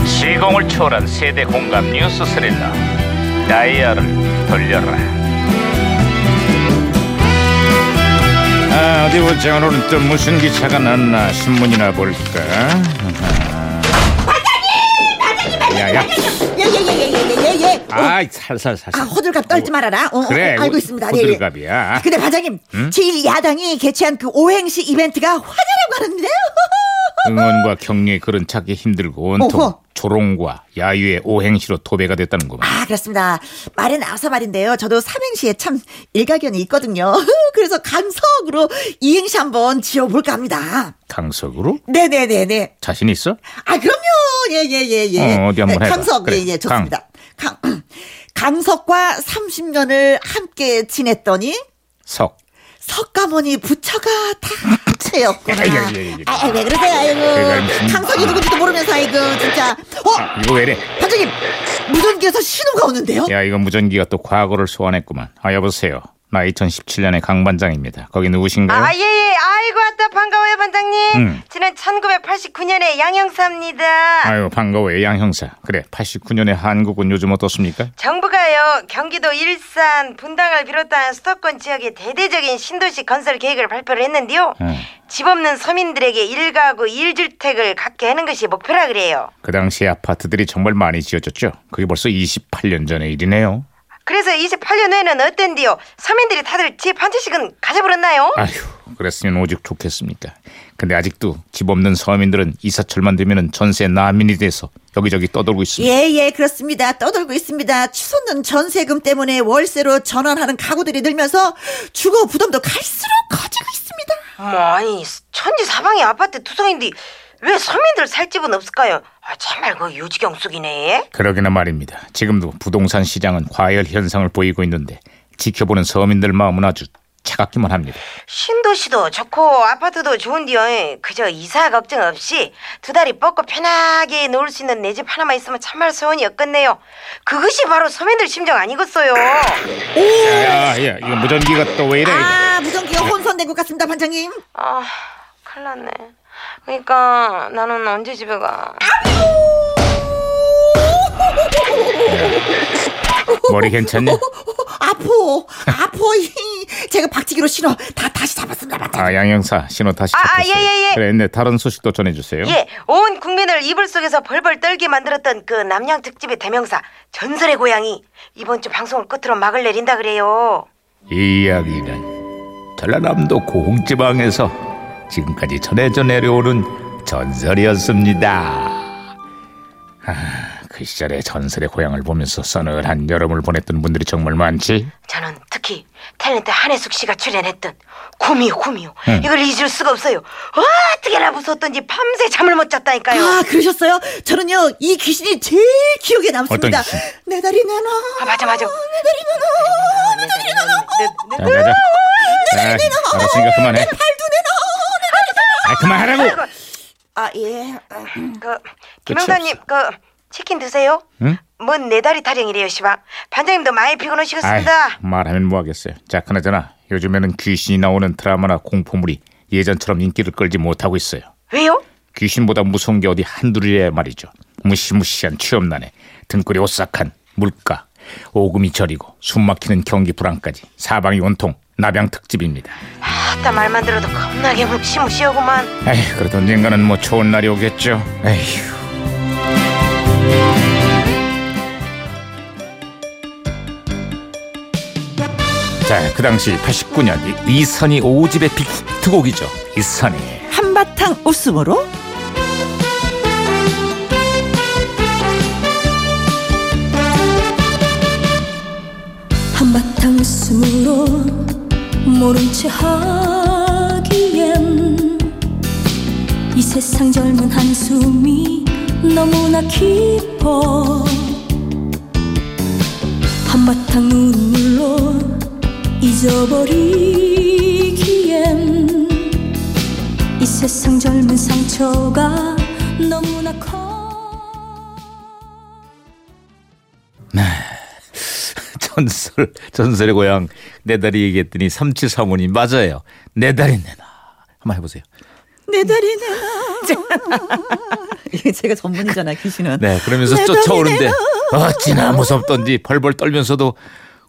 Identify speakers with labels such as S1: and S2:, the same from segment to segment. S1: 상상력을 초월한 세대 공감 뉴스 스릴러 다이아를 돌려라
S2: 아, 어디 보자. 오늘은 또 무슨 기사가 났나 신문이나 볼까. 야야,
S3: 예, 예예예예예예예. 아,
S2: 아이 살살 살살.
S3: 아 호들갑 떨지 말아라. 어, 어,
S2: 그래,
S3: 알고
S2: 호-
S3: 있습니다.
S2: 호들갑이야.
S3: 예, 예. 근데 반장님, 제일 야당이 개최한 그 오행시 이벤트가 화제라고 하는데요.
S2: 응원과 격려의 그런 찾기 힘들고 온통
S3: 어허.
S2: 조롱과 야유의 오행시로 도배가 됐다는구만.
S3: 아 그렇습니다. 말에 나와서 말인데요. 저도 삼행시에 참 일가견이 있거든요. 그래서 강석으로 이행시 한번 지어볼까 합니다.
S2: 강석으로
S3: 네네네네.
S2: 자신 있어?
S3: 아 그럼요. 예예예 예, 예.
S2: 어, 어디 한번 해봐.
S3: 강석
S2: 그래,
S3: 예예 좋습니다. 강 강석과 30년을 함께 지냈더니
S2: 석.
S3: 석가모니 부처가 다채였구나.
S2: 야, 야, 야, 야, 야.
S3: 아, 왜 그러세요,
S2: 내가
S3: 아이고.
S2: 무슨-
S3: 강석이 누군지도 모르면서, 아이고, 진짜. 어,
S2: 이거 왜래?
S3: 반장님, 무전기에서 신호가 오는데요?
S2: 야 이거 무전기가 또 과거를 소환했구만. 아 여보세요. 나 2017년의 강 반장입니다. 거기 누구신가요?
S4: 아, 예, 예. 아이고, 왔다. 반가워요, 반장님.
S2: 네. 음.
S4: 저는 1989년에 양형사입니다.
S2: 아유 반가워요 양 형사. 그래 89년의 한국은 요즘 어떻습니까?
S4: 정부가요, 경기도 일산, 분당을 비롯한 수도권 지역의 대대적인 신도시 건설 계획을 발표를 했는데요.
S2: 음.
S4: 집 없는 서민들에게 일가구 일주택을 갖게 하는 것이 목표라 그래요.
S2: 그 당시에 아파트들이 정말 많이 지어졌죠. 그게 벌써 28년 전의 일이네요.
S4: 그래서 28년 후에는 어떤데요? 서민들이 다들 집 한 채씩은 가져버렸나요?
S2: 아휴, 그랬으면 오직 좋겠습니까. 근데 아직도 집 없는 서민들은 이사철만 되면 전세 난민이 돼서 여기저기 떠돌고 있습니다.
S3: 예, 예, 그렇습니다. 떠돌고 있습니다. 치솟는 전세금 때문에 월세로 전환하는 가구들이 늘면서 주거 부담도 갈수록 커지고 있습니다.
S4: 어머, 아니 천지 사방에 아파트 투성인데 왜 서민들 살 집은 없을까요? 아, 참말 그 유지경숙이네.
S2: 그러기나 말입니다. 지금도 부동산 시장은 과열 현상을 보이고 있는데 지켜보는 서민들 마음은 아주 차갑기만 합니다.
S4: 신도시도 좋고 아파트도 좋은데요. 그저 이사 걱정 없이 두 다리 뻗고 편하게 놓을 수 있는 내 집 하나만 있으면 참말 소원이 없겠네요. 그것이 바로 서민들 심정 아니겠어요?
S2: 야, 야, 아, 예. 이거 무전기가 또 왜 이래?
S3: 아, 무전기가 혼선된 것 같습니다, 반장님. 어,
S4: 아, 큰일 났네. 그러니까 나는 언제 집에 가?
S2: 머리 괜찮냐?
S3: 어, 아포, 아포, 이 제가 박치기로 신호 다 다시 잡았습니다, 반장님.
S2: 아, 양형사 신호 다시
S4: 아, 아,
S2: 잡혔어요.
S4: 예, 예, 예.
S2: 그래, 네, 다른 소식도 전해주세요.
S4: 예, 온 국민을 이불 속에서 벌벌 떨게 만들었던 그 남양 특집의 대명사 전설의 고양이 이번 주 방송을 끝으로 막을 내린다 그래요.
S2: 이 이야기는 전라남도 고흥지방에서 지금까지 전해져 내려오는 전설이었습니다. 아, 그 시절의 전설의 고향을 보면서 서늘한 여름을 보냈던 분들이 정말 많지.
S4: 저는 특히 탤런트 한혜숙 씨가 출연했던 구미호 구미호
S2: 네.
S4: 이걸 잊을 수가 없어요. 어, 어떻게나 무서웠던지 밤새 잠을 못 잤다니까요.
S3: 아 그러셨어요? 저는요 이 귀신이 제일 기억에 남습니다.
S2: 어떤 귀신?
S3: 내 다리 내놔.
S4: 아, 맞아, 맞아.
S3: 내 다리 내놔. 내 다리 내놔.
S2: 자,
S4: 네, 네, 네.
S2: 자, 자. 아, 알았으니까 그만해. 아, 그만하라고.
S3: 아 예. 아,
S4: 그 김영사님 그 치킨 드세요.
S2: 네. 응?
S4: 뭔 내 다리 타령이래요, 씨발. 반장님도 많이 피곤하시겠습니다.
S2: 아이, 말하면 뭐하겠어요. 자, 그나저나 요즘에는 귀신이 나오는 드라마나 공포물이 예전처럼 인기를 끌지 못하고 있어요.
S4: 왜요?
S2: 귀신보다 무서운 게 어디 한둘이야 말이죠. 무시무시한 취업난에 등골이 오싹한 물가, 오금이 저리고 숨막히는 경기 불안까지 사방이 온통 나병 특집입니다.
S4: 아따 말만 들어도 겁나게 묵시무시하구만.
S2: 에휴, 그래도 언젠가는 뭐 좋은 날이 오겠죠. 에휴. 자, 그 당시 89년 이- 이선희 오집의 빅히트곡이죠. 이선희.
S3: 한바탕 웃음으로.
S5: 한바탕 웃음으로 모른 채 하기엔 이 세상 젊은 한숨이 너무나 깊어 한바탕 눈물로 잊어버리기엔 이 세상 젊은 상처가 너무나 커
S2: 전설, 전설의 고향. 내 다리 얘기했더니 3735님 맞아요. 내 다리 내놔. 한번 해보세요.
S3: 내 다리 내놔. 이게 제가 전문이잖아 귀신은.
S2: 네, 그러면서
S3: 내
S2: 쫓아오는데
S3: 덕이네요.
S2: 어찌나 무섭던지 벌벌 떨면서도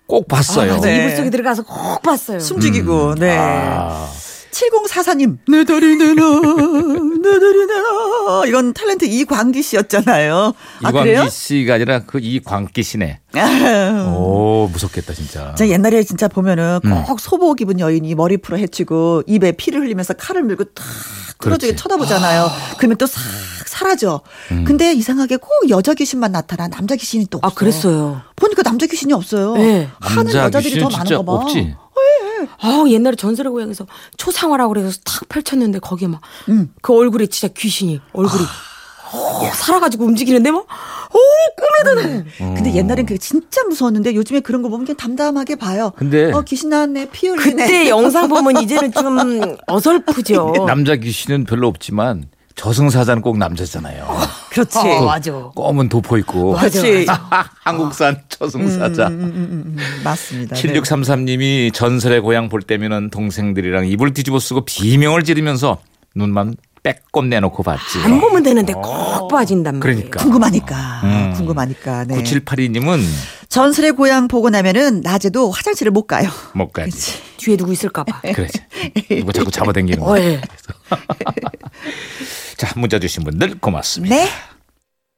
S2: 꼭 봤어요.
S3: 아, 네.
S6: 이불 속에 들어가서 꼭 봤어요.
S3: 숨죽이고 네.
S2: 아,
S3: 7044님 내 다리 내놔 내 다리 내놔 이건 탤런트 이광기 씨였잖아요. 아 그래요? 아, 음.
S2: 이광기 씨가 아니라 그 이광기 씨네. 오, 무섭겠다 진짜.
S3: 자 옛날에 진짜 보면은
S2: 음.
S3: 꼭 소복 입은 여인이 머리 풀어 헤치고 입에 피를 흘리면서 칼을 밀고 탁
S2: 그렇지.
S3: 끌어주게
S2: 음.
S3: 쳐다보잖아요. 그러면 또 싹 사라져. 근데 이상하게 꼭 여자 귀신만 나타나 남자 귀신이 또 없어.
S6: 아, 그랬어요.
S3: 보니까 남자 귀신이 없어요.
S6: 네.
S3: 하는
S2: 남자
S3: 여자들이 더
S2: 귀신은 진짜
S3: 많은가 봐.
S2: 없지.
S6: 아, 옛날에 전설의 고향에서 초상화라고 그래서 탁 펼쳤는데 거기에 막 그 얼굴에 진짜 귀신이 얼굴이 오, 살아가지고 움직이는데 뭐? 막 오, 꿈에도 네
S3: 근데
S2: 어.
S3: 옛날엔 그게 진짜 무서웠는데 요즘에 그런 거 보면 그냥 담담하게 봐요.
S2: 근데
S3: 어 귀신 나왔네 피 흘리네.
S6: 그때 영상 보면 이제는 좀 어설프죠.
S2: 남자 귀신은 별로 없지만 저승사자는 꼭 남자잖아요.
S3: 그렇지.
S6: 어,
S2: 그
S6: 맞아.
S2: 검은 도포 있고.
S3: 그렇지.
S2: 한국산 저승사자.
S3: 아. 음, 맞습니다.
S2: 7633님이 전설의 고향 볼 때면은 동생들이랑 이불 뒤집어 쓰고 비명을 지르면서 눈만 빼꼼 내놓고 봤지.
S6: 안 보면 되는데 꼭 빠진단
S2: 어.
S6: 말이에요.
S2: 그러니까.
S3: 네. 궁금하니까.
S2: 음.
S3: 궁금하니까. 네.
S2: 9782님은
S3: 전설의 고향 보고 나면은 낮에도 화장실을 못 가요.
S2: 못 가지.
S3: 그렇지.
S6: 뒤에 누구 있을까봐.
S2: 그래. 이거 자꾸 잡아당기는
S6: 어,
S2: 거야.
S6: 예.
S2: 자, 문자 주신 분들 고맙습니다.
S3: 네.